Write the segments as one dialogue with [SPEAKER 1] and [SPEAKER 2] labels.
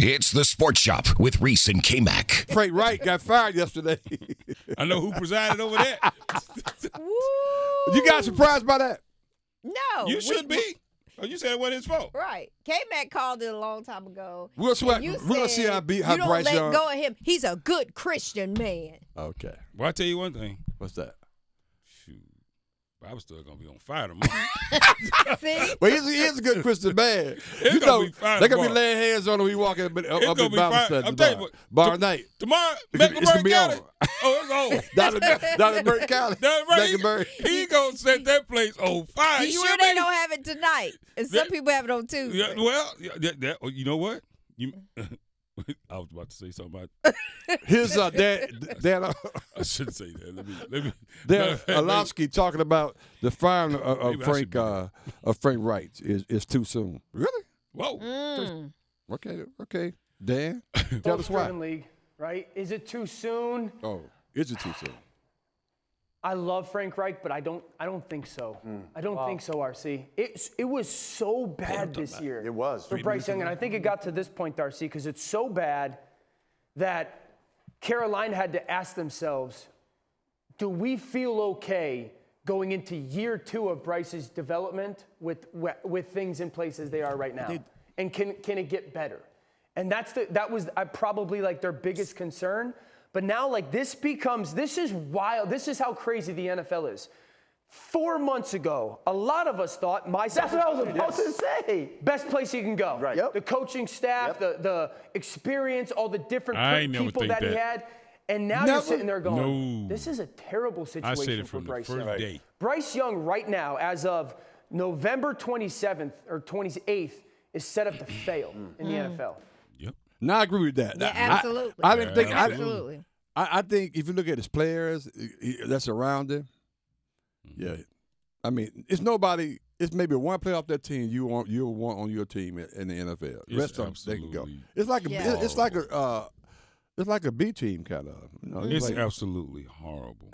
[SPEAKER 1] It's the Sports Shop with Reese and K Mac.
[SPEAKER 2] Frank Wright got fired yesterday.
[SPEAKER 3] I know who presided over that.
[SPEAKER 2] you got surprised by that?
[SPEAKER 4] No.
[SPEAKER 3] You
[SPEAKER 4] we-
[SPEAKER 3] should be. Oh, you said it wasn't his fault.
[SPEAKER 4] Right. K Mac called it a long time ago.
[SPEAKER 2] We'll see. How,
[SPEAKER 4] You
[SPEAKER 2] we're gonna see
[SPEAKER 4] said
[SPEAKER 2] how, be,
[SPEAKER 4] you
[SPEAKER 2] how
[SPEAKER 4] don't
[SPEAKER 2] Bryce
[SPEAKER 4] let
[SPEAKER 2] Young.
[SPEAKER 4] go of him. He's a good Christian man.
[SPEAKER 2] Okay,
[SPEAKER 3] Well, I tell you one thing.
[SPEAKER 2] what's that?
[SPEAKER 3] Shoot, I was still gonna be on fire tomorrow.
[SPEAKER 4] See?
[SPEAKER 2] Well, he's, he is a good Christian man. you
[SPEAKER 3] gonna
[SPEAKER 2] know,
[SPEAKER 3] be fire
[SPEAKER 2] they're gonna be
[SPEAKER 3] tomorrow.
[SPEAKER 2] laying hands on him. He walking up, in- up
[SPEAKER 3] It's
[SPEAKER 2] up
[SPEAKER 3] gonna
[SPEAKER 2] in
[SPEAKER 3] be
[SPEAKER 2] Bible
[SPEAKER 3] fire.
[SPEAKER 2] study
[SPEAKER 3] I'm
[SPEAKER 2] tomorrow.
[SPEAKER 3] telling you what,
[SPEAKER 2] Bar
[SPEAKER 3] to-
[SPEAKER 2] night.
[SPEAKER 3] tomorrow,
[SPEAKER 2] It could- it's gonna
[SPEAKER 3] Mecklenburg
[SPEAKER 2] be
[SPEAKER 3] County.
[SPEAKER 2] over.
[SPEAKER 3] Oh, it's on.
[SPEAKER 2] Down in- down in Burke County.
[SPEAKER 3] That's right.
[SPEAKER 2] Mecklenburg.
[SPEAKER 3] He, he gonna set that place on fire.
[SPEAKER 4] You
[SPEAKER 3] You
[SPEAKER 4] sure
[SPEAKER 3] hear me?
[SPEAKER 4] they don't have it tonight? And some
[SPEAKER 3] That-
[SPEAKER 4] people have it on Tuesday.
[SPEAKER 3] Yeah, well, yeah, that, that- oh, you know what? You, I was about to say something. About,
[SPEAKER 2] His uh, dad, Dan, uh,
[SPEAKER 3] I shouldn't say that. Let me. Let me. matter
[SPEAKER 2] Dan
[SPEAKER 3] of fact, maybe-
[SPEAKER 2] Alowski talking about the firing of, of
[SPEAKER 3] Maybe I should
[SPEAKER 2] Frank
[SPEAKER 3] do
[SPEAKER 2] uh, of Frank Wright is, is too soon. Really?
[SPEAKER 3] Whoa.
[SPEAKER 4] Mm.
[SPEAKER 2] Okay, okay. Dan, tell us why.
[SPEAKER 5] Driven league, right? Is it too soon?
[SPEAKER 2] Oh, is it too soon?
[SPEAKER 5] I love Frank Reich, but I don't. I don't think so. I don't think so, RC. It it was so bad this year. It was for Bryce Young, and I think it got to this point, Darcy, because it's so bad that Carolina had to ask themselves, do we feel okay going into year two of Bryce's development with with things in place as they are right now? and can can it get better? And that's the that was uh, probably like their biggest concern. But now like this becomes this is wild. This is how crazy the NFL is. Four months ago, a lot of us thought myself. That's what I was about to say. Best place you can go. Right. The coaching staff, the the experience, all the different
[SPEAKER 3] I
[SPEAKER 5] pe-
[SPEAKER 3] ain't never
[SPEAKER 5] people
[SPEAKER 3] think
[SPEAKER 5] that, he
[SPEAKER 3] that.
[SPEAKER 5] had. And now you're
[SPEAKER 2] Never.
[SPEAKER 5] sitting there going,
[SPEAKER 3] No.
[SPEAKER 5] "This is a terrible
[SPEAKER 3] I
[SPEAKER 5] situation
[SPEAKER 3] said it
[SPEAKER 5] for
[SPEAKER 3] from the
[SPEAKER 5] Bryce
[SPEAKER 3] first
[SPEAKER 5] Young."
[SPEAKER 3] day.
[SPEAKER 5] Bryce Young, right now, as of November 27th or 28th, is set up to fail in the NFL.
[SPEAKER 3] Yep.
[SPEAKER 2] No, I agree with that.
[SPEAKER 4] Yeah,
[SPEAKER 2] I-
[SPEAKER 4] absolutely.
[SPEAKER 2] I, didn't think. I,
[SPEAKER 4] Absolutely.
[SPEAKER 2] I, I think if you look at his players i- i- that's around him,
[SPEAKER 3] Mm-hmm.
[SPEAKER 2] yeah, I mean, it's nobody. It's maybe one player off that team you want you want on your team in, in the NFL.
[SPEAKER 3] It's
[SPEAKER 2] Rest of them, they can go.
[SPEAKER 3] absolutely
[SPEAKER 2] It's like a,
[SPEAKER 4] Yeah.
[SPEAKER 2] it's like a uh, it's like a B team kind of. You know,
[SPEAKER 3] It's
[SPEAKER 2] like-
[SPEAKER 3] absolutely horrible.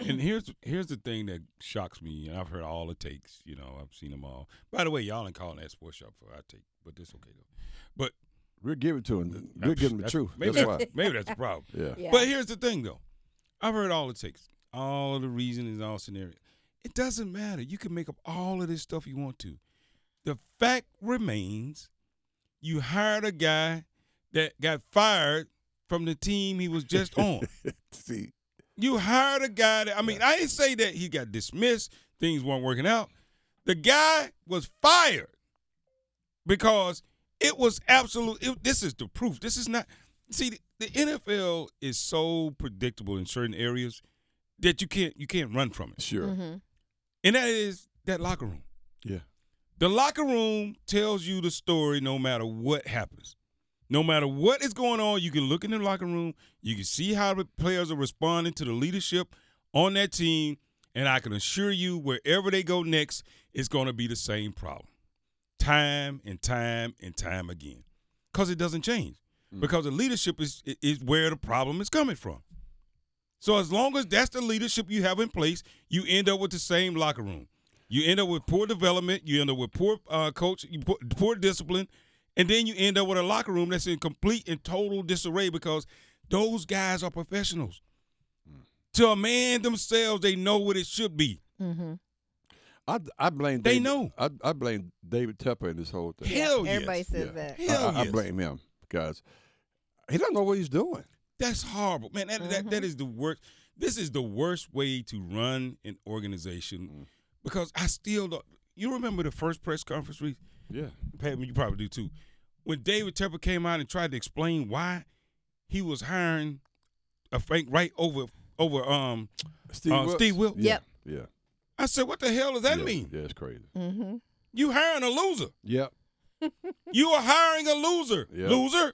[SPEAKER 3] and here's here's the thing that shocks me, and I've heard all the takes. You know, I've seen them all. By the way, y'all ain't calling that sports shop for our take, but that's okay though. But
[SPEAKER 2] we'll give it to him. We'll give him the
[SPEAKER 3] That's-
[SPEAKER 2] truth.
[SPEAKER 3] Maybe
[SPEAKER 2] That's
[SPEAKER 3] that's,
[SPEAKER 2] why.
[SPEAKER 3] maybe that's the problem.
[SPEAKER 2] Yeah.
[SPEAKER 4] Yeah.
[SPEAKER 3] But here's the thing, though. I've heard all it takes, all the reasons, all scenarios. It doesn't matter. You can make up all of this stuff you want to. The fact remains, you hired a guy that got fired from the team he was just on.
[SPEAKER 2] See,
[SPEAKER 3] You hired a guy that I mean, I didn't say that he got dismissed, things weren't working out. The guy was fired because it was absolute. It, this is the proof. This is not. See, the, the NFL is so predictable in certain areas that you can't you can't run from it,
[SPEAKER 2] sure.
[SPEAKER 3] and that is that locker room.
[SPEAKER 2] Yeah.
[SPEAKER 3] The locker room tells you the story no matter what happens. No matter what is going on, you can look in the locker room, you can see how the players are responding to the leadership on that team, and I can assure you wherever they go next, it's going to be the same problem. Time and time and time again. Cuz it doesn't change. Because the leadership is is where the problem is coming from. So as long as that's the leadership you have in place, you end up with the same locker room. You end up with poor development. You end up with poor uh, coach, you poor, poor discipline, and then you end up with a locker room that's in complete and total disarray because those guys are professionals. To a man themselves, they know what it should be.
[SPEAKER 2] I, I blame.
[SPEAKER 3] They
[SPEAKER 2] David-
[SPEAKER 3] know.
[SPEAKER 2] I, I blame David Tepper in this whole thing.
[SPEAKER 3] Hell yes.
[SPEAKER 4] Everybody says
[SPEAKER 2] Yeah.
[SPEAKER 4] that.
[SPEAKER 3] Hell
[SPEAKER 2] I, I
[SPEAKER 3] yes.
[SPEAKER 2] blame him because he doesn't know what he's doing.
[SPEAKER 3] That's horrible, man. That, that, that is the worst. This is the worst way to run an organization because I still don't. You remember the first press conference, Reese?
[SPEAKER 2] Yeah.
[SPEAKER 3] Pat, you probably do too. When David Tepper came out and tried to explain why he was hiring a Frank Wright over over um,
[SPEAKER 2] Steve,
[SPEAKER 3] Uh,
[SPEAKER 2] Wilkes?
[SPEAKER 3] Steve Wilkes?
[SPEAKER 2] Yeah.
[SPEAKER 4] Yep.
[SPEAKER 2] Yeah.
[SPEAKER 3] I said, what the hell does that
[SPEAKER 2] yeah.
[SPEAKER 3] mean?
[SPEAKER 2] Yeah, it's crazy.
[SPEAKER 4] Mm.
[SPEAKER 3] You hiring a loser.
[SPEAKER 2] Yep.
[SPEAKER 3] You are hiring a loser.
[SPEAKER 2] Yeah.
[SPEAKER 3] Loser.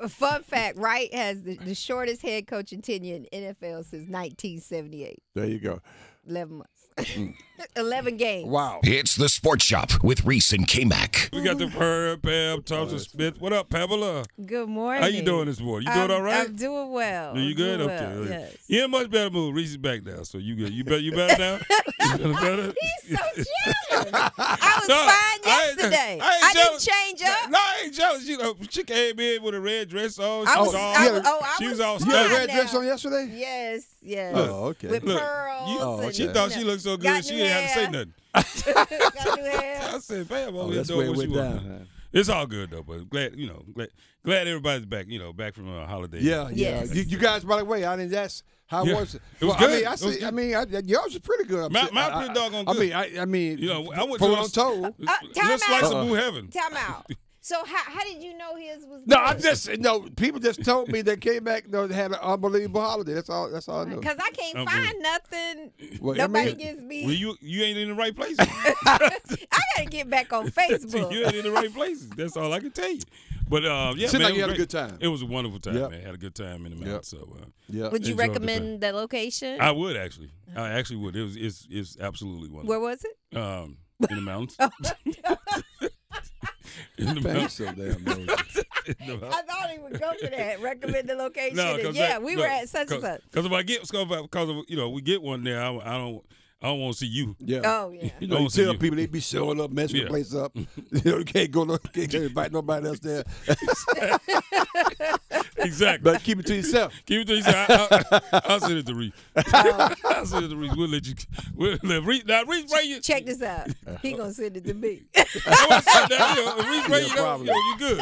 [SPEAKER 4] A fun fact, Wright has the, the shortest head coaching tenure in NFL since 1978.
[SPEAKER 2] There you go. Mm.
[SPEAKER 4] 11 months. Eleven games.
[SPEAKER 2] Wow.
[SPEAKER 1] It's the Sports Shop with Reese and K Mac.
[SPEAKER 3] We got the Herb, Pam, Thompson Smith. What up, Pamela?
[SPEAKER 4] Good morning.
[SPEAKER 3] How you doing this morning? You doing
[SPEAKER 4] I'm-
[SPEAKER 3] all right?
[SPEAKER 4] I'm doing well.
[SPEAKER 3] Are you
[SPEAKER 4] I'm
[SPEAKER 3] good?
[SPEAKER 4] doing
[SPEAKER 3] okay.
[SPEAKER 4] well,
[SPEAKER 3] okay.
[SPEAKER 4] Yes.
[SPEAKER 3] You're in much better mood. Reese's back now, so you good. You better you better now? You feeling better?
[SPEAKER 4] He's so jealous. I was
[SPEAKER 3] No,
[SPEAKER 4] fine
[SPEAKER 3] I ain't-
[SPEAKER 4] yesterday.
[SPEAKER 3] I ain't
[SPEAKER 4] didn't
[SPEAKER 3] jealous.
[SPEAKER 4] change up.
[SPEAKER 3] No, I ain't jealous. You know, she came in with a red dress on. She
[SPEAKER 4] I was,
[SPEAKER 3] was all,
[SPEAKER 4] I
[SPEAKER 2] yeah,
[SPEAKER 4] was, oh, I
[SPEAKER 3] she was
[SPEAKER 4] was
[SPEAKER 3] all
[SPEAKER 2] You had
[SPEAKER 3] Fine
[SPEAKER 2] a red dress
[SPEAKER 4] now.
[SPEAKER 2] on yesterday?
[SPEAKER 4] Yes, yes.
[SPEAKER 2] Oh, okay. Oh,
[SPEAKER 4] With
[SPEAKER 3] Look,
[SPEAKER 4] pearls.
[SPEAKER 3] you-
[SPEAKER 4] and,
[SPEAKER 3] she
[SPEAKER 4] you
[SPEAKER 3] thought
[SPEAKER 4] know,
[SPEAKER 3] she looked so good
[SPEAKER 4] got
[SPEAKER 3] she
[SPEAKER 4] new
[SPEAKER 3] didn't have to say
[SPEAKER 4] hair,
[SPEAKER 3] nothing.
[SPEAKER 4] got new hair.
[SPEAKER 3] I said, "Fam, over
[SPEAKER 2] Oh,
[SPEAKER 3] here
[SPEAKER 2] that's
[SPEAKER 3] doing
[SPEAKER 2] where it
[SPEAKER 3] what you
[SPEAKER 2] went
[SPEAKER 3] want."
[SPEAKER 2] down.
[SPEAKER 3] It's all good though, but glad you know, glad, glad everybody's back. You know, back from a holiday.
[SPEAKER 2] Yeah, yeah.
[SPEAKER 4] Yes.
[SPEAKER 2] You, you guys, by the way, I didn't. That's how
[SPEAKER 3] Yeah.
[SPEAKER 2] was it?
[SPEAKER 3] It was
[SPEAKER 2] well, I
[SPEAKER 3] good.
[SPEAKER 2] mean, I,
[SPEAKER 3] It
[SPEAKER 2] see,
[SPEAKER 3] was
[SPEAKER 2] I mean, I, yours is pretty good. I'm
[SPEAKER 3] My-
[SPEAKER 2] si-
[SPEAKER 3] my
[SPEAKER 2] I-
[SPEAKER 3] pretty
[SPEAKER 2] I-
[SPEAKER 3] doggone
[SPEAKER 2] I
[SPEAKER 3] good.
[SPEAKER 2] mean, I, I mean,
[SPEAKER 3] You know, I
[SPEAKER 2] from
[SPEAKER 3] went to
[SPEAKER 2] what
[SPEAKER 3] a-
[SPEAKER 2] I'm totold.
[SPEAKER 4] Uh, time
[SPEAKER 3] Let's slice
[SPEAKER 4] out.
[SPEAKER 3] of blue heaven.
[SPEAKER 4] Time out. So how, how did you know his was
[SPEAKER 2] No, I just no. People just told me they came back. You know, they had an unbelievable holiday. That's all. That's all I know.
[SPEAKER 4] Because I can't
[SPEAKER 3] I'm
[SPEAKER 4] find nothing.
[SPEAKER 2] Well, I
[SPEAKER 4] Nobody
[SPEAKER 2] mean-
[SPEAKER 4] gives me.
[SPEAKER 3] Well, you you ain't in the right place.
[SPEAKER 4] I gotta get back on
[SPEAKER 3] you
[SPEAKER 4] Facebook.
[SPEAKER 3] ain't in the right places. That's all I can tell you. But uh, yeah,
[SPEAKER 2] Seemed
[SPEAKER 3] man,
[SPEAKER 2] like you
[SPEAKER 3] it was
[SPEAKER 2] had a
[SPEAKER 3] great.
[SPEAKER 2] good time.
[SPEAKER 3] It was a wonderful time,
[SPEAKER 2] Yep.
[SPEAKER 3] man. Had a good time in the mountains. So uh,
[SPEAKER 2] Yeah.
[SPEAKER 4] Would
[SPEAKER 3] Enjoyed
[SPEAKER 4] you
[SPEAKER 3] the
[SPEAKER 4] recommend the location?
[SPEAKER 3] I would actually, I actually would. It was it's it's absolutely
[SPEAKER 4] Where Oh,
[SPEAKER 3] wonderful.
[SPEAKER 4] was it?
[SPEAKER 3] Um, in the mountains. in the
[SPEAKER 2] Thanks
[SPEAKER 3] mountains.
[SPEAKER 2] so damn nosy.
[SPEAKER 3] In the mountains.
[SPEAKER 4] I thought he would go for that. Recommend the location.
[SPEAKER 3] No,
[SPEAKER 4] and
[SPEAKER 3] cause
[SPEAKER 4] yeah,
[SPEAKER 3] that-
[SPEAKER 4] we
[SPEAKER 3] no,
[SPEAKER 4] were at such and such.
[SPEAKER 3] Because if I get, because you know, we get one there, I, I don't, I don't want to see you.
[SPEAKER 2] Yeah.
[SPEAKER 4] Oh yeah.
[SPEAKER 2] You know,
[SPEAKER 3] I
[SPEAKER 2] you
[SPEAKER 3] don't see
[SPEAKER 2] tell
[SPEAKER 3] you.
[SPEAKER 2] people they be showing up, messing
[SPEAKER 3] Yeah.
[SPEAKER 2] the place up. you know, you can't go, no, can't invite nobody else there.
[SPEAKER 3] Exactly.
[SPEAKER 2] but keep it to yourself.
[SPEAKER 3] Keep it to yourself. I, I, I'll send it to Reese.
[SPEAKER 4] Oh.
[SPEAKER 3] I'll send it to Reese. We'll let you. We'll let Reese. Now, Reese, right? You,
[SPEAKER 4] Check this out. He gonna send it to me.
[SPEAKER 3] I want to sit down here. Reese, right?
[SPEAKER 2] Yeah,
[SPEAKER 3] you, know,
[SPEAKER 2] probably.
[SPEAKER 3] you, know, you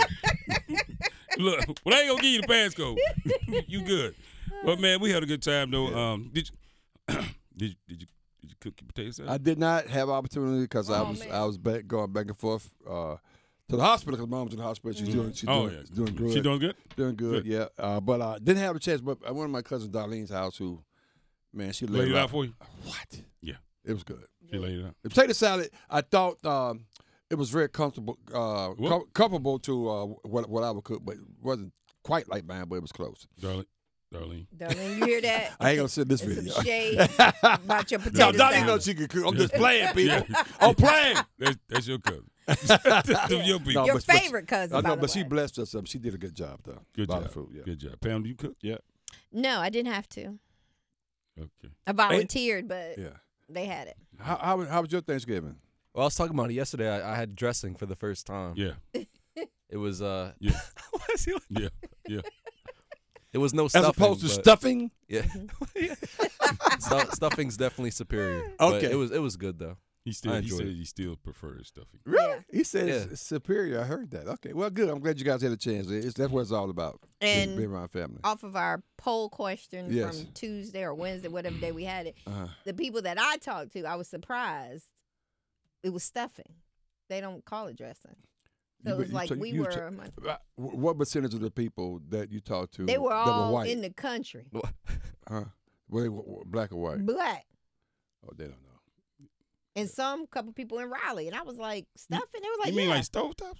[SPEAKER 3] good. Look, well, I ain't going to give you the passcode. you good. But, man, we had a good time, though. Um, did, you, did, you, did, you, did you cook your potato salad?
[SPEAKER 2] I did not have opportunity because I
[SPEAKER 4] Oh,
[SPEAKER 2] was
[SPEAKER 4] man.
[SPEAKER 2] I was back going back and forth uh, to the hospital because mom's in the hospital. She's doing she's
[SPEAKER 3] oh,
[SPEAKER 2] doing,
[SPEAKER 3] yeah.
[SPEAKER 2] she's doing good.
[SPEAKER 3] She doing good?
[SPEAKER 2] Doing good,
[SPEAKER 3] Good.
[SPEAKER 2] yeah. Uh, but I didn't have a chance. But I went to my cousin Darlene's house, who, man, she laid,
[SPEAKER 3] Laid it
[SPEAKER 2] out.
[SPEAKER 3] out for you?
[SPEAKER 2] What?
[SPEAKER 3] Yeah.
[SPEAKER 2] It was good.
[SPEAKER 3] She laid it out.
[SPEAKER 2] The potato salad, I thought um, it was very comfortable, uh,
[SPEAKER 3] What?
[SPEAKER 2] com- comparable to uh, what what I would cook, but it wasn't quite like mine, but it was close.
[SPEAKER 3] Darling. Darling.
[SPEAKER 4] Darling, you hear that?
[SPEAKER 2] I ain't gonna send this
[SPEAKER 4] It's
[SPEAKER 2] video.
[SPEAKER 4] some shade about your potato
[SPEAKER 3] Darlene
[SPEAKER 4] salad.
[SPEAKER 2] Darlene knows she can cook. I'm just playing, people. I'm playing.
[SPEAKER 3] That's, that's your cousin. that's your people.
[SPEAKER 2] No,
[SPEAKER 4] your
[SPEAKER 2] but- but she-
[SPEAKER 4] favorite cousin.
[SPEAKER 2] I
[SPEAKER 4] by
[SPEAKER 2] know,
[SPEAKER 4] the
[SPEAKER 2] but she
[SPEAKER 4] way.
[SPEAKER 2] blessed us. Up. She did a good job, though.
[SPEAKER 3] Good
[SPEAKER 2] Lot
[SPEAKER 3] job.
[SPEAKER 2] of food, yeah.
[SPEAKER 3] Good job. Pam, do you cook? Yeah.
[SPEAKER 4] No, I didn't have to.
[SPEAKER 3] Okay.
[SPEAKER 4] I volunteered, but
[SPEAKER 2] Yeah.
[SPEAKER 4] they had it.
[SPEAKER 2] How, how, was- how was your Thanksgiving?
[SPEAKER 6] Well, I was talking about it yesterday. I, I had dressing for the first time.
[SPEAKER 3] Yeah.
[SPEAKER 6] It was uh,
[SPEAKER 3] Yeah.
[SPEAKER 6] why is he like-
[SPEAKER 3] Yeah. Yeah.
[SPEAKER 6] it was no
[SPEAKER 2] As
[SPEAKER 6] stuffing.
[SPEAKER 2] opposed to
[SPEAKER 6] but-
[SPEAKER 2] stuffing?
[SPEAKER 6] Yeah,
[SPEAKER 4] Mm-hmm.
[SPEAKER 6] Stu- stuffing's definitely superior. but
[SPEAKER 2] Okay.
[SPEAKER 6] it was it was good though.
[SPEAKER 3] He still
[SPEAKER 6] I
[SPEAKER 3] he
[SPEAKER 6] enjoyed
[SPEAKER 3] said
[SPEAKER 6] it.
[SPEAKER 3] he still prefers stuffing.
[SPEAKER 2] Really?
[SPEAKER 4] Yeah.
[SPEAKER 2] He said it's-
[SPEAKER 6] Yeah.
[SPEAKER 2] it's superior. I heard that. Okay. Well, good. I'm glad you guys had a chance. It's, that's what it's all about. being-
[SPEAKER 4] And
[SPEAKER 2] being around family.
[SPEAKER 4] off of our poll question
[SPEAKER 2] Yes.
[SPEAKER 4] from Tuesday or Wednesday, whatever day we had it,
[SPEAKER 2] Uh-huh.
[SPEAKER 4] the people that I talked to, I was surprised. It was stuffing. They don't call it dressing. So
[SPEAKER 2] You-
[SPEAKER 4] it was
[SPEAKER 2] you
[SPEAKER 4] like
[SPEAKER 2] took-
[SPEAKER 4] we
[SPEAKER 2] you
[SPEAKER 4] were.
[SPEAKER 2] took-
[SPEAKER 4] among-
[SPEAKER 2] Uh, wh- What percentage of the people that you talked to?
[SPEAKER 4] they were
[SPEAKER 2] that
[SPEAKER 4] all
[SPEAKER 2] white?
[SPEAKER 4] in the country,
[SPEAKER 2] Huh? Were they wh- wh- black or white?
[SPEAKER 4] black,
[SPEAKER 2] Oh, they don't know.
[SPEAKER 4] and some couple people in Raleigh. And I was like, stuffing. They were like,
[SPEAKER 3] you mean
[SPEAKER 4] yeah.
[SPEAKER 3] like stovetop stuff?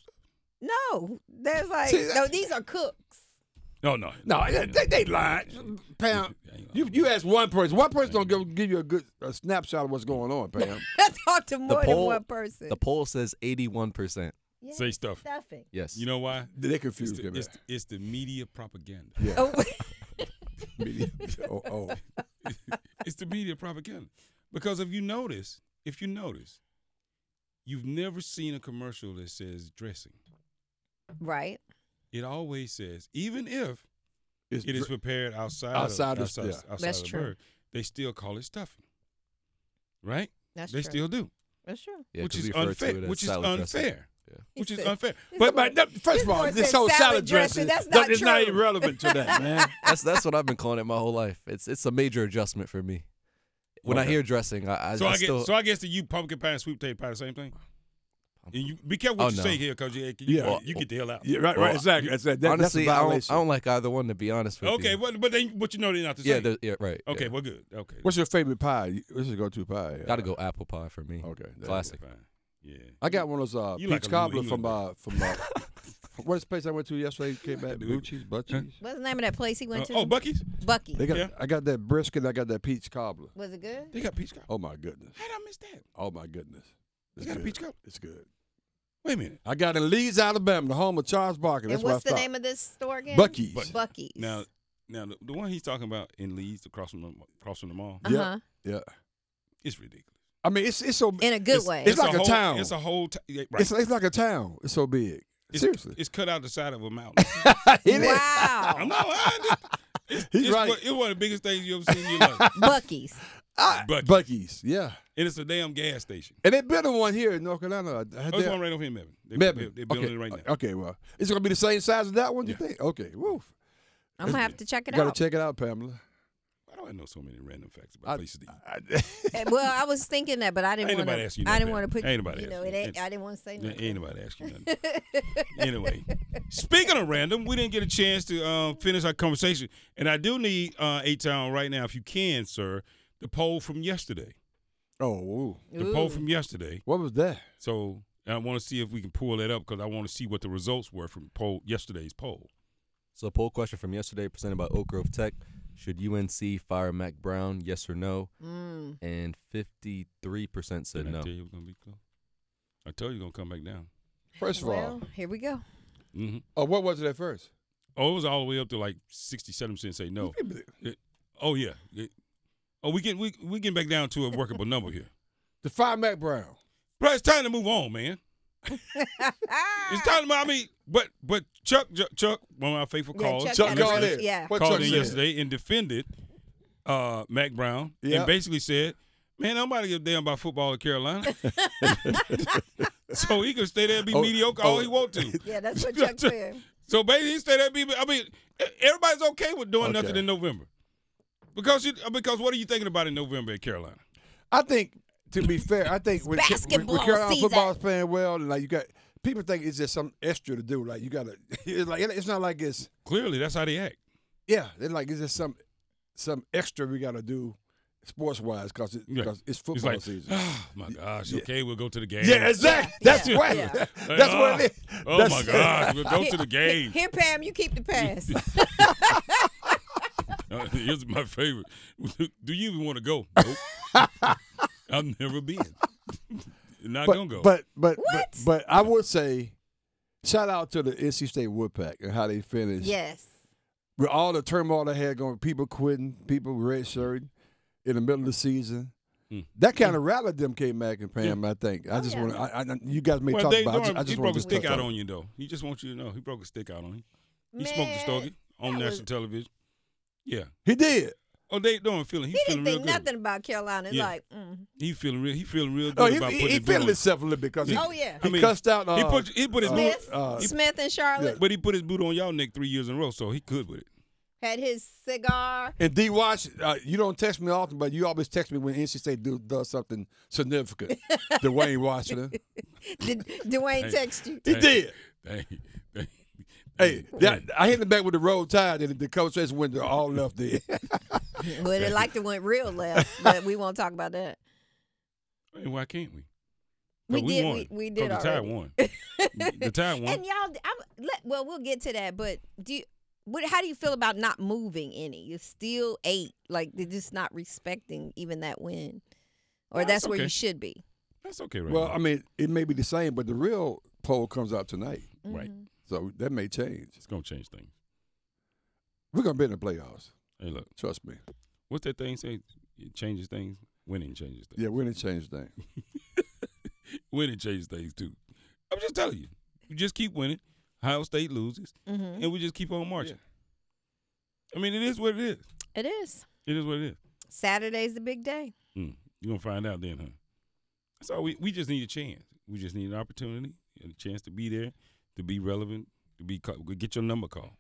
[SPEAKER 4] no, there's like,
[SPEAKER 2] See,
[SPEAKER 4] no,
[SPEAKER 2] that-
[SPEAKER 4] these are cooks.
[SPEAKER 3] No, no.
[SPEAKER 2] No, they, they lied. Pam,
[SPEAKER 3] Yeah, you know.
[SPEAKER 2] you you asked one person. One person don't give, give you a good a snapshot of what's going on, Pam.
[SPEAKER 4] I talked to more than
[SPEAKER 6] poll-
[SPEAKER 4] one person.
[SPEAKER 6] The poll says eighty-one percent.
[SPEAKER 4] Yeah,
[SPEAKER 3] Say stuffing.
[SPEAKER 4] stuffing.
[SPEAKER 6] Yes.
[SPEAKER 3] You know why?
[SPEAKER 2] they
[SPEAKER 3] It's
[SPEAKER 2] confused
[SPEAKER 3] the,
[SPEAKER 2] me.
[SPEAKER 3] it's, the, it's the media propaganda.
[SPEAKER 4] Oh,
[SPEAKER 2] man. oh, oh.
[SPEAKER 3] it's the media propaganda. Because if you notice, if you notice, you've never seen a commercial that says dressing.
[SPEAKER 4] right.
[SPEAKER 3] It always says, even if
[SPEAKER 2] It's
[SPEAKER 3] it is
[SPEAKER 2] dr-
[SPEAKER 3] prepared outside
[SPEAKER 2] Outside
[SPEAKER 3] of,
[SPEAKER 2] of-
[SPEAKER 3] outside,
[SPEAKER 2] yeah.
[SPEAKER 3] outside
[SPEAKER 4] That's
[SPEAKER 3] of the
[SPEAKER 4] true.
[SPEAKER 3] bird, they still call it stuffing. Right?
[SPEAKER 4] That's
[SPEAKER 3] they
[SPEAKER 4] true.
[SPEAKER 3] still do.
[SPEAKER 4] That's true.
[SPEAKER 6] Yeah,
[SPEAKER 3] which
[SPEAKER 6] 'cause
[SPEAKER 3] is
[SPEAKER 6] we refer to
[SPEAKER 3] unfair.
[SPEAKER 6] it as
[SPEAKER 3] Which is
[SPEAKER 6] salad dressing.
[SPEAKER 3] unfair.
[SPEAKER 6] Yeah.
[SPEAKER 3] Which is
[SPEAKER 4] said-
[SPEAKER 3] unfair.
[SPEAKER 4] he
[SPEAKER 3] But
[SPEAKER 4] said,
[SPEAKER 3] but
[SPEAKER 2] That- first of
[SPEAKER 4] This
[SPEAKER 2] all,
[SPEAKER 4] one
[SPEAKER 2] this
[SPEAKER 4] said
[SPEAKER 2] whole
[SPEAKER 4] salad
[SPEAKER 2] salad dressing,
[SPEAKER 4] dressing. That's
[SPEAKER 2] don't-
[SPEAKER 4] not
[SPEAKER 2] it's not
[SPEAKER 4] true.
[SPEAKER 2] even relevant to that, man.
[SPEAKER 6] That's that's what I've been calling it my whole life. It's it's a major adjustment for me. When I hear dressing, I, I,
[SPEAKER 3] so I,
[SPEAKER 6] I
[SPEAKER 3] guess
[SPEAKER 6] still
[SPEAKER 3] so I guess to you pumpkin pie and sweet potato pie the same thing. And you be careful what
[SPEAKER 6] Oh,
[SPEAKER 3] you
[SPEAKER 6] no.
[SPEAKER 3] say here, cause you, you,
[SPEAKER 2] Yeah.
[SPEAKER 3] you get the hell out.
[SPEAKER 2] Yeah, right,
[SPEAKER 6] Well,
[SPEAKER 2] right, exactly. That's, that, that,
[SPEAKER 6] honestly
[SPEAKER 2] that's
[SPEAKER 6] I
[SPEAKER 2] a
[SPEAKER 6] don't,
[SPEAKER 2] violation.
[SPEAKER 6] I don't like either one to be honest with
[SPEAKER 3] Okay,
[SPEAKER 6] you.
[SPEAKER 3] but but then but you know they're not the
[SPEAKER 6] yeah,
[SPEAKER 3] same.
[SPEAKER 6] they're- yeah, right. yeah.
[SPEAKER 3] okay, well good. Okay.
[SPEAKER 2] What's your favorite pie? What's your go-to pie?
[SPEAKER 6] Gotta go apple pie for me.
[SPEAKER 2] Okay, there you go.
[SPEAKER 6] Classic.
[SPEAKER 3] Fine. Yeah.
[SPEAKER 2] I got one of those uh,
[SPEAKER 3] You
[SPEAKER 2] peach
[SPEAKER 3] like a New
[SPEAKER 2] cobbler from
[SPEAKER 3] Englander.
[SPEAKER 2] uh, from uh, What's the place I went to yesterday? Came back Bucci's, Bucci's.
[SPEAKER 4] What's the name of that place he went
[SPEAKER 3] Uh,
[SPEAKER 4] to?
[SPEAKER 3] oh, Bucky's.
[SPEAKER 4] Bucky.
[SPEAKER 2] They got.
[SPEAKER 3] Yeah.
[SPEAKER 2] I got that brisket. I got that peach cobbler.
[SPEAKER 4] Was it good?
[SPEAKER 3] They got peach cobbler.
[SPEAKER 2] Oh my goodness.
[SPEAKER 3] How did I miss that?
[SPEAKER 2] Oh my goodness.
[SPEAKER 3] They got a
[SPEAKER 2] good.
[SPEAKER 3] peach cobbler.
[SPEAKER 2] It's good.
[SPEAKER 3] Wait a minute.
[SPEAKER 2] I got in Leeds, Alabama, the home of Charles Barker. That's
[SPEAKER 4] and what's the
[SPEAKER 2] where I
[SPEAKER 4] name of this store again?
[SPEAKER 2] Bucky's.
[SPEAKER 3] Buc-
[SPEAKER 4] Bucky's.
[SPEAKER 3] Now, now the, the one he's talking about in Leeds, across from the, across from the mall,
[SPEAKER 2] Yeah.
[SPEAKER 4] Uh-huh.
[SPEAKER 2] Yeah.
[SPEAKER 3] it's ridiculous.
[SPEAKER 2] I mean, it's it's so
[SPEAKER 4] In a good
[SPEAKER 3] It's-
[SPEAKER 4] way.
[SPEAKER 2] it's- like a
[SPEAKER 3] whole,
[SPEAKER 2] town.
[SPEAKER 3] It's a whole. T- yeah, right.
[SPEAKER 2] it's, it's like a town. It's so big.
[SPEAKER 3] It's-
[SPEAKER 2] Seriously,
[SPEAKER 3] it's cut out the side of a mountain.
[SPEAKER 2] It is.
[SPEAKER 3] I'm
[SPEAKER 4] wow.
[SPEAKER 3] not lying. It's,
[SPEAKER 2] He's
[SPEAKER 3] it's
[SPEAKER 2] right.
[SPEAKER 3] One, it's one of the biggest things you ever seen in your life.
[SPEAKER 4] Bucky's.
[SPEAKER 2] Ah,
[SPEAKER 3] Buc-
[SPEAKER 2] Bucky's, yeah.
[SPEAKER 3] And it's a damn gas station.
[SPEAKER 2] And they built one here in North Carolina. I- I had
[SPEAKER 3] Oh, it's
[SPEAKER 2] that-
[SPEAKER 3] one right over here, Mevin. They,
[SPEAKER 2] Mebane.
[SPEAKER 3] They're, they're building
[SPEAKER 2] okay.
[SPEAKER 3] it right now.
[SPEAKER 2] Okay, well, it's gonna be the same size as that one. You
[SPEAKER 3] Yeah.
[SPEAKER 2] think? Okay, woof.
[SPEAKER 4] I'm gonna have to check
[SPEAKER 2] You
[SPEAKER 4] it
[SPEAKER 2] gotta
[SPEAKER 4] out.
[SPEAKER 2] check it out, Pamela.
[SPEAKER 3] Why do I know so many random facts about
[SPEAKER 2] I-
[SPEAKER 3] places to eat?
[SPEAKER 2] I-
[SPEAKER 4] Eh, well, I was thinking that, but I didn't
[SPEAKER 3] Ain't
[SPEAKER 4] want
[SPEAKER 3] nobody asking you
[SPEAKER 4] I
[SPEAKER 3] no
[SPEAKER 4] didn't
[SPEAKER 3] bad.
[SPEAKER 4] want to put.
[SPEAKER 3] Ain't nobody
[SPEAKER 4] You know,
[SPEAKER 3] asking
[SPEAKER 4] it
[SPEAKER 3] you.
[SPEAKER 4] ain't. I didn't want to say
[SPEAKER 3] Yeah,
[SPEAKER 4] nothing.
[SPEAKER 3] Ain't nobody asking nothing. anyway, speaking of random, we didn't get a chance to uh, finish our conversation, and I do need uh, A Town right now, if you can, sir, the poll from yesterday.
[SPEAKER 2] oh, woo.
[SPEAKER 3] The poll
[SPEAKER 4] Ooh.
[SPEAKER 3] from yesterday.
[SPEAKER 2] what was that?
[SPEAKER 3] So I want to see if we can pull that up because I want to see what the results were from poll yesterday's poll.
[SPEAKER 6] So, poll question from yesterday presented by Oak Grove Tech: Should UNC fire Mac Brown? Yes or no?
[SPEAKER 4] Mm.
[SPEAKER 6] And fifty-three percent said
[SPEAKER 3] Didn't I
[SPEAKER 6] no.
[SPEAKER 3] tell you it was gonna be close. I told you it's gonna come back down.
[SPEAKER 2] First of
[SPEAKER 4] Well,
[SPEAKER 2] all,
[SPEAKER 4] here we go.
[SPEAKER 3] hmm
[SPEAKER 2] oh, what was it at first?
[SPEAKER 3] Oh, it was all the way up to like sixty-seven percent say no. It- oh yeah. It- oh, we get we we getting back down to a workable number here.
[SPEAKER 2] The five Mac Brown.
[SPEAKER 3] Bro, it's time to move on, man. It's time to. I mean, but but Chuck Chuck, Chuck one of our faithful
[SPEAKER 4] Yeah,
[SPEAKER 3] callers,
[SPEAKER 4] Chuck
[SPEAKER 2] Chuck
[SPEAKER 4] got
[SPEAKER 2] called
[SPEAKER 4] it.
[SPEAKER 2] in.
[SPEAKER 4] Yeah.
[SPEAKER 2] What
[SPEAKER 3] called
[SPEAKER 2] Chuck
[SPEAKER 3] in
[SPEAKER 2] said?
[SPEAKER 3] yesterday and defended uh, Mac Brown
[SPEAKER 2] Yeah.
[SPEAKER 3] and basically said, "Man, nobody give a damn about football in Carolina, so he can stay there and be
[SPEAKER 2] Oh,
[SPEAKER 3] mediocre all
[SPEAKER 2] oh.
[SPEAKER 3] he want to."
[SPEAKER 4] Yeah, that's what Chuck said.
[SPEAKER 3] So basically, he stayed there. and Be, I mean, e- everybody's okay with doing
[SPEAKER 2] Okay.
[SPEAKER 3] nothing in November because you, uh, because what are you thinking about in November in Carolina?
[SPEAKER 2] I think, to be fair, I think when, Ca- when- when
[SPEAKER 4] basketball
[SPEAKER 2] Carolina
[SPEAKER 4] season.
[SPEAKER 2] football is playing well, and like you got people think it's just something extra to do. Like you got to, it's like it's not like it's
[SPEAKER 3] Clearly, that's how they act.
[SPEAKER 2] yeah. It's like it's just some some extra we got to do sports wise because it,
[SPEAKER 3] Yeah.
[SPEAKER 2] 'cause it's
[SPEAKER 3] It's
[SPEAKER 2] football
[SPEAKER 3] like,
[SPEAKER 2] season.
[SPEAKER 3] oh my gosh, okay, we'll go to the game.
[SPEAKER 2] Yeah, exactly. That's
[SPEAKER 4] yeah,
[SPEAKER 2] right.
[SPEAKER 4] yeah.
[SPEAKER 2] That's what it is.
[SPEAKER 3] Oh
[SPEAKER 2] That's-
[SPEAKER 3] my gosh, we'll go to the
[SPEAKER 4] Here,
[SPEAKER 3] game.
[SPEAKER 4] here, Pam, you keep the pass.
[SPEAKER 3] Uh, Here's my favorite. Do you even want to go? Nope. I've never been. Not
[SPEAKER 2] But
[SPEAKER 3] gonna go.
[SPEAKER 2] but but, but
[SPEAKER 4] What?
[SPEAKER 2] but I would say, shout out to the NC State Woodpack and how they finished.
[SPEAKER 4] yes.
[SPEAKER 2] with all the turmoil they had going, people quitting, people redshirting in the middle of the season.
[SPEAKER 3] Hmm.
[SPEAKER 2] That kind of rallied them, K Mac and Pam. I think. I just
[SPEAKER 4] Oh, yeah.
[SPEAKER 2] want to. I, I, you guys may
[SPEAKER 3] well,
[SPEAKER 2] talk
[SPEAKER 3] Dave
[SPEAKER 2] about. it. I
[SPEAKER 3] Doran,
[SPEAKER 2] just, I just
[SPEAKER 3] he
[SPEAKER 2] want
[SPEAKER 3] broke
[SPEAKER 2] to
[SPEAKER 3] a stick
[SPEAKER 2] touch
[SPEAKER 3] out
[SPEAKER 2] on.
[SPEAKER 3] on you though. He just wants you to know he broke a stick out on you. He smoked a
[SPEAKER 4] Man,
[SPEAKER 3] stogie on
[SPEAKER 4] that
[SPEAKER 3] national
[SPEAKER 4] was-
[SPEAKER 3] television. Yeah.
[SPEAKER 2] He did.
[SPEAKER 3] Oh, Dave Doran feeling. He's
[SPEAKER 4] He
[SPEAKER 3] feeling
[SPEAKER 4] didn't
[SPEAKER 3] real
[SPEAKER 4] think
[SPEAKER 3] good.
[SPEAKER 4] nothing about Carolina.
[SPEAKER 3] Yeah.
[SPEAKER 4] Like, mm.
[SPEAKER 3] He feeling real. He feeling real good
[SPEAKER 2] Oh, he,
[SPEAKER 3] about
[SPEAKER 2] he,
[SPEAKER 3] putting
[SPEAKER 2] he
[SPEAKER 3] the boo
[SPEAKER 2] feeling
[SPEAKER 3] on.
[SPEAKER 2] himself a little bit because
[SPEAKER 4] Oh, yeah.
[SPEAKER 2] he
[SPEAKER 3] I mean,
[SPEAKER 2] cussed out. Uh,
[SPEAKER 3] he put he put his
[SPEAKER 2] uh,
[SPEAKER 3] boot,
[SPEAKER 4] Smith,
[SPEAKER 2] uh,
[SPEAKER 4] Smith and Charlotte
[SPEAKER 3] but he put his boot on y'all neck three years in a row, so he could with it.
[SPEAKER 4] had his cigar.
[SPEAKER 2] and D. Watch, uh, you don't text me often, but you always text me when NC State do, does something significant. Dwayne Washington,
[SPEAKER 4] Did Dwayne text you?
[SPEAKER 2] he did.
[SPEAKER 3] Dang, dang.
[SPEAKER 2] Hey, that, I hit him back with the roll tide, and the conversation went to all left there.
[SPEAKER 4] Well, they like the one real left, but we won't talk about that.
[SPEAKER 3] Hey, why can't we?
[SPEAKER 4] We
[SPEAKER 3] But
[SPEAKER 4] did-
[SPEAKER 3] won.
[SPEAKER 4] we- we
[SPEAKER 3] 'cause
[SPEAKER 4] did
[SPEAKER 3] The tide
[SPEAKER 4] already.
[SPEAKER 3] won. the tide won.
[SPEAKER 4] And y'all, I'm, let, well, we'll get to that. But do you, what? How do you feel about not moving any? You're still eight. Like they're just not respecting even that win, or
[SPEAKER 3] Nah,
[SPEAKER 4] that's,
[SPEAKER 3] it's
[SPEAKER 4] where you
[SPEAKER 3] okay.
[SPEAKER 4] should be.
[SPEAKER 3] That's okay, right?
[SPEAKER 2] Well,
[SPEAKER 3] now.
[SPEAKER 2] I mean, it may be the same, but the real poll comes out tonight,
[SPEAKER 3] right.
[SPEAKER 4] Mm-hmm.
[SPEAKER 2] so that may change.
[SPEAKER 3] It's gonna change things.
[SPEAKER 2] We're gonna be in the playoffs.
[SPEAKER 3] Hey, look,
[SPEAKER 2] Trust me.
[SPEAKER 3] what's that thing say? It changes things. Winning changes things.
[SPEAKER 2] Yeah, we're gonna change things.
[SPEAKER 3] Winning changes things too. I'm just telling you. You just keep winning. Ohio State loses, and we just keep on marching. I mean, it is what it is.
[SPEAKER 4] It is.
[SPEAKER 3] It is what it is.
[SPEAKER 4] Saturday's the big day.
[SPEAKER 3] Mm. You're gonna find out then, huh? So we, we just need a chance. We just need an opportunity and a chance to be there, to be relevant, to be call, get your number called.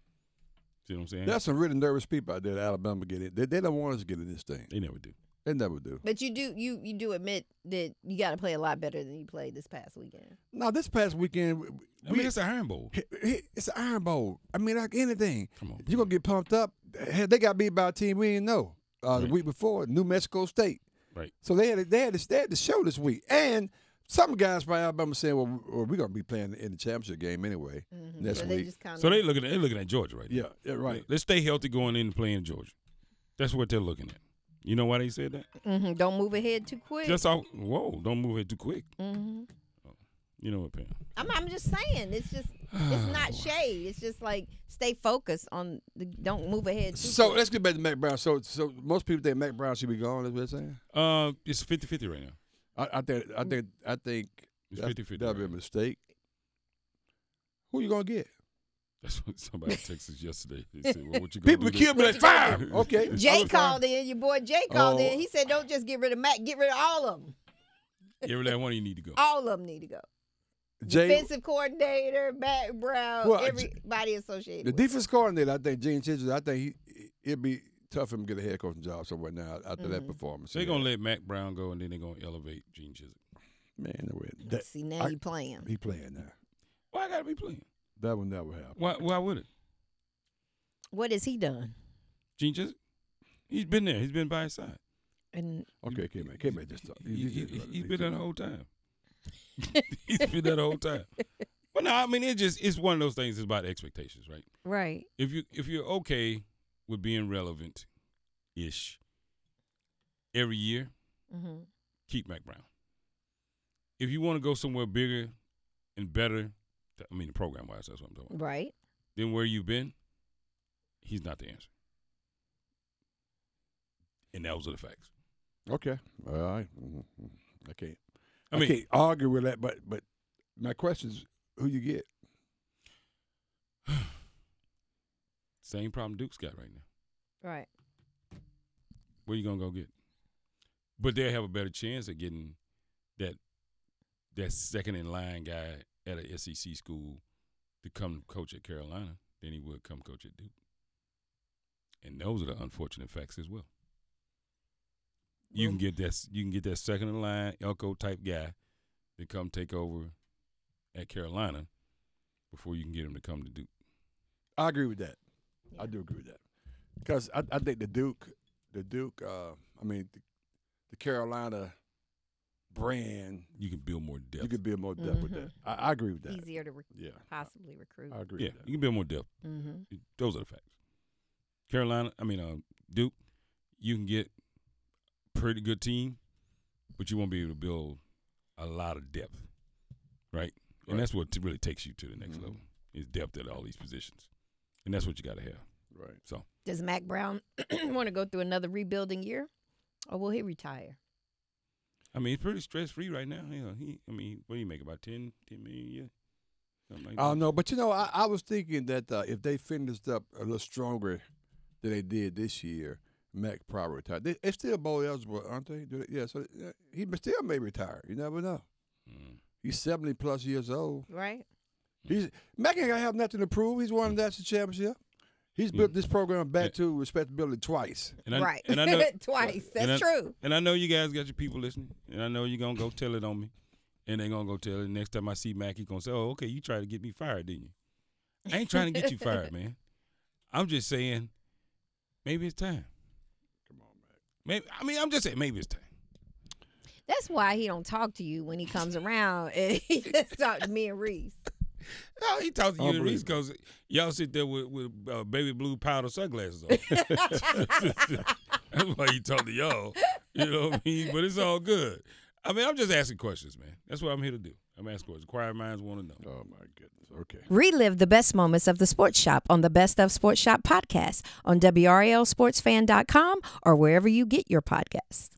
[SPEAKER 3] See what I'm saying?
[SPEAKER 2] There's some really nervous people out there that Alabama get in. They, they don't want us to get in this thing.
[SPEAKER 3] they never do.
[SPEAKER 2] They never do.
[SPEAKER 4] But you do you you do admit that you got to play a lot better than you played this past weekend.
[SPEAKER 2] Now, this past weekend, we,
[SPEAKER 3] I mean, it's a Iron Bowl.
[SPEAKER 2] he- he- it's an Iron Bowl. I mean, like anything.
[SPEAKER 3] Come on,
[SPEAKER 2] You're gonna get pumped up. Hell, They got beat by a team we didn't know uh, the
[SPEAKER 3] Right.
[SPEAKER 2] week before, New Mexico State.
[SPEAKER 3] Right.
[SPEAKER 2] So they had they had, they had the show this week, and Some guys from Alabama saying, "Well, we- we're going to be playing in the championship game anyway next
[SPEAKER 4] so Mm-hmm. they
[SPEAKER 2] week."
[SPEAKER 4] just kind of
[SPEAKER 3] So they looking at they looking at Georgia right now.
[SPEAKER 2] yeah, yeah, right.
[SPEAKER 3] Let's stay healthy going in and playing Georgia. That's what they're looking at. You know why they said that?
[SPEAKER 4] hmm don't move ahead too quick.
[SPEAKER 3] Just all whoa, don't move it too quick. Oh,
[SPEAKER 4] hmm
[SPEAKER 3] You know what, Pam?
[SPEAKER 4] I'm, I'm just saying, it's just it's not shade. It's just like stay focused on the don't move ahead too
[SPEAKER 2] So
[SPEAKER 4] quick.
[SPEAKER 2] let's get back to Mac Brown. So, so most people think Mac Brown should be gone. Is what they're saying.
[SPEAKER 3] Uh, it's 50-50 right now.
[SPEAKER 2] I, I think, I think, I think
[SPEAKER 3] It's
[SPEAKER 2] that's- That'd
[SPEAKER 3] 50-50
[SPEAKER 2] be a
[SPEAKER 3] right now.
[SPEAKER 2] mistake. Who you gonna get?
[SPEAKER 3] That's what somebody texted us yesterday. They said, well, what you gonna
[SPEAKER 2] People
[SPEAKER 3] do
[SPEAKER 2] kill me like fire. Okay.
[SPEAKER 4] Jay
[SPEAKER 2] I'm fine.
[SPEAKER 4] called in, your boy Jay called
[SPEAKER 2] Oh.
[SPEAKER 4] in. He said, "Don't just get rid of Mac, get rid of all of them.
[SPEAKER 3] this- Every last one of you need to go.
[SPEAKER 4] All of them need to go.
[SPEAKER 2] Jay,
[SPEAKER 4] Defensive coordinator, Matt Brown,
[SPEAKER 2] Well, I-
[SPEAKER 4] everybody associated.
[SPEAKER 2] the
[SPEAKER 4] with
[SPEAKER 2] defense coordinator. I think Gene Chichester. I think he, it'd be tough for him to get a head coaching job somewhere now after that performance.
[SPEAKER 3] They're gonna let Mac Brown go, and then they're gonna elevate Gene Chiswick.
[SPEAKER 2] man. no way.
[SPEAKER 4] it.
[SPEAKER 2] That,
[SPEAKER 4] See now
[SPEAKER 2] I-
[SPEAKER 4] you playing.
[SPEAKER 2] he playing now.
[SPEAKER 3] Why I gotta be playing?
[SPEAKER 2] That will never happen.
[SPEAKER 3] Why? Why would it?
[SPEAKER 4] What has he done?
[SPEAKER 3] Gene Chiswick? He's been there. He's been by his side.
[SPEAKER 4] And
[SPEAKER 2] Okay, K man, K man, just talk.
[SPEAKER 3] He,
[SPEAKER 2] You- you just-
[SPEAKER 3] has been there the whole time. he's been there the whole time. But no, I mean it just it's one of those things. It's about expectations, right?
[SPEAKER 4] right,
[SPEAKER 3] If you if you're okay with being relevant, ish, every year,
[SPEAKER 4] mm-hmm.
[SPEAKER 3] keep Mac Brown. If you want to go somewhere bigger and better, I mean program wise, that's what I'm talking about.
[SPEAKER 4] right.
[SPEAKER 3] Then where you've been, he's not the answer. And those are the facts.
[SPEAKER 2] Okay, all right. Mhm. I can't.
[SPEAKER 3] I
[SPEAKER 2] I,
[SPEAKER 3] mean-
[SPEAKER 2] can't argue with that. But but my question is, who you get?
[SPEAKER 3] Same problem Duke's got right now.
[SPEAKER 4] Right.
[SPEAKER 3] Where you gonna go get? But they'll have a better chance at getting that that second in line guy at a SEC school to come coach at Carolina than he would come coach at Duke. And those are the unfortunate facts as well. You can get that you can get that second in line Elko type guy to come take over at Carolina before you can get him to come to Duke.
[SPEAKER 2] I agree with that. I do agree with that because I, I think the Duke, the Duke, uh, I mean, the, the Carolina brand,
[SPEAKER 3] You can build more depth.
[SPEAKER 2] you could build more depth with that.
[SPEAKER 4] Mhm.
[SPEAKER 2] I, I agree with that.
[SPEAKER 4] Easier to re-
[SPEAKER 2] Yeah,
[SPEAKER 4] possibly recruit.
[SPEAKER 2] I agree.
[SPEAKER 3] yeah,
[SPEAKER 2] with that.
[SPEAKER 3] you can build more depth.
[SPEAKER 4] Mm-hmm.
[SPEAKER 3] Those are the facts. Carolina, I mean, uh, Duke, you can get pretty good team, but you won't be able to build a lot of depth, right?
[SPEAKER 2] Right.
[SPEAKER 3] And that's what t- really takes you to the next
[SPEAKER 2] Mhm.
[SPEAKER 3] level is depth at all these positions, and that's what you got to have.
[SPEAKER 2] Right.
[SPEAKER 3] So
[SPEAKER 4] Does Mac Brown want to go through another rebuilding year, or will he retire?
[SPEAKER 3] I mean, he's pretty stress free right now. Yeah, he. I mean, what do you make about 10, 10 million a year? Something like
[SPEAKER 2] I
[SPEAKER 3] that.
[SPEAKER 2] don't know, Uh, but you know, I, I was thinking that uh, if they finished up a little stronger than they did this year, Mac probably retired. They, they're still bowl eligible, aren't they? Do they- Yeah, so uh, he may- still may retire. You never know. Hmm.
[SPEAKER 3] Mm.
[SPEAKER 2] He's seventy plus years old.
[SPEAKER 4] Right.
[SPEAKER 2] He's Mac ain't gonna have nothing to prove. He's won the national championship. He's built this program back to respectability twice.
[SPEAKER 3] And I,
[SPEAKER 4] right.
[SPEAKER 3] And I know,
[SPEAKER 4] Twice. That's
[SPEAKER 3] and I-
[SPEAKER 4] true.
[SPEAKER 3] And I know you guys got your people listening, and I know you're gonna go tell it on me, and they're gonna go tell it. Next time I see Mac, he gonna say, "Oh, okay, you tried to get me fired, didn't you?" I ain't trying to get you fired, man. I'm just saying, maybe it's time. Come on, Mac. Maybe I mean, I'm just saying, maybe it's time.
[SPEAKER 4] That's why he don't talk to you when he comes around, and he just talk to me and Reese.
[SPEAKER 3] No, he talks to you and Reese
[SPEAKER 2] Unbelievable.
[SPEAKER 3] because y'all sit there with, with uh, baby blue powder sunglasses on. That's why he talk to y'all. You know what I mean? But it's all good. I mean, I'm just asking questions, man. That's what I'm here to do. I'm asking questions. Choir minds want to know.
[SPEAKER 2] Oh my goodness. Okay.
[SPEAKER 4] Relive the best moments of the Sports Shop on the Best of Sports Shop podcast on WRLSportsFan.com or wherever you get your podcasts.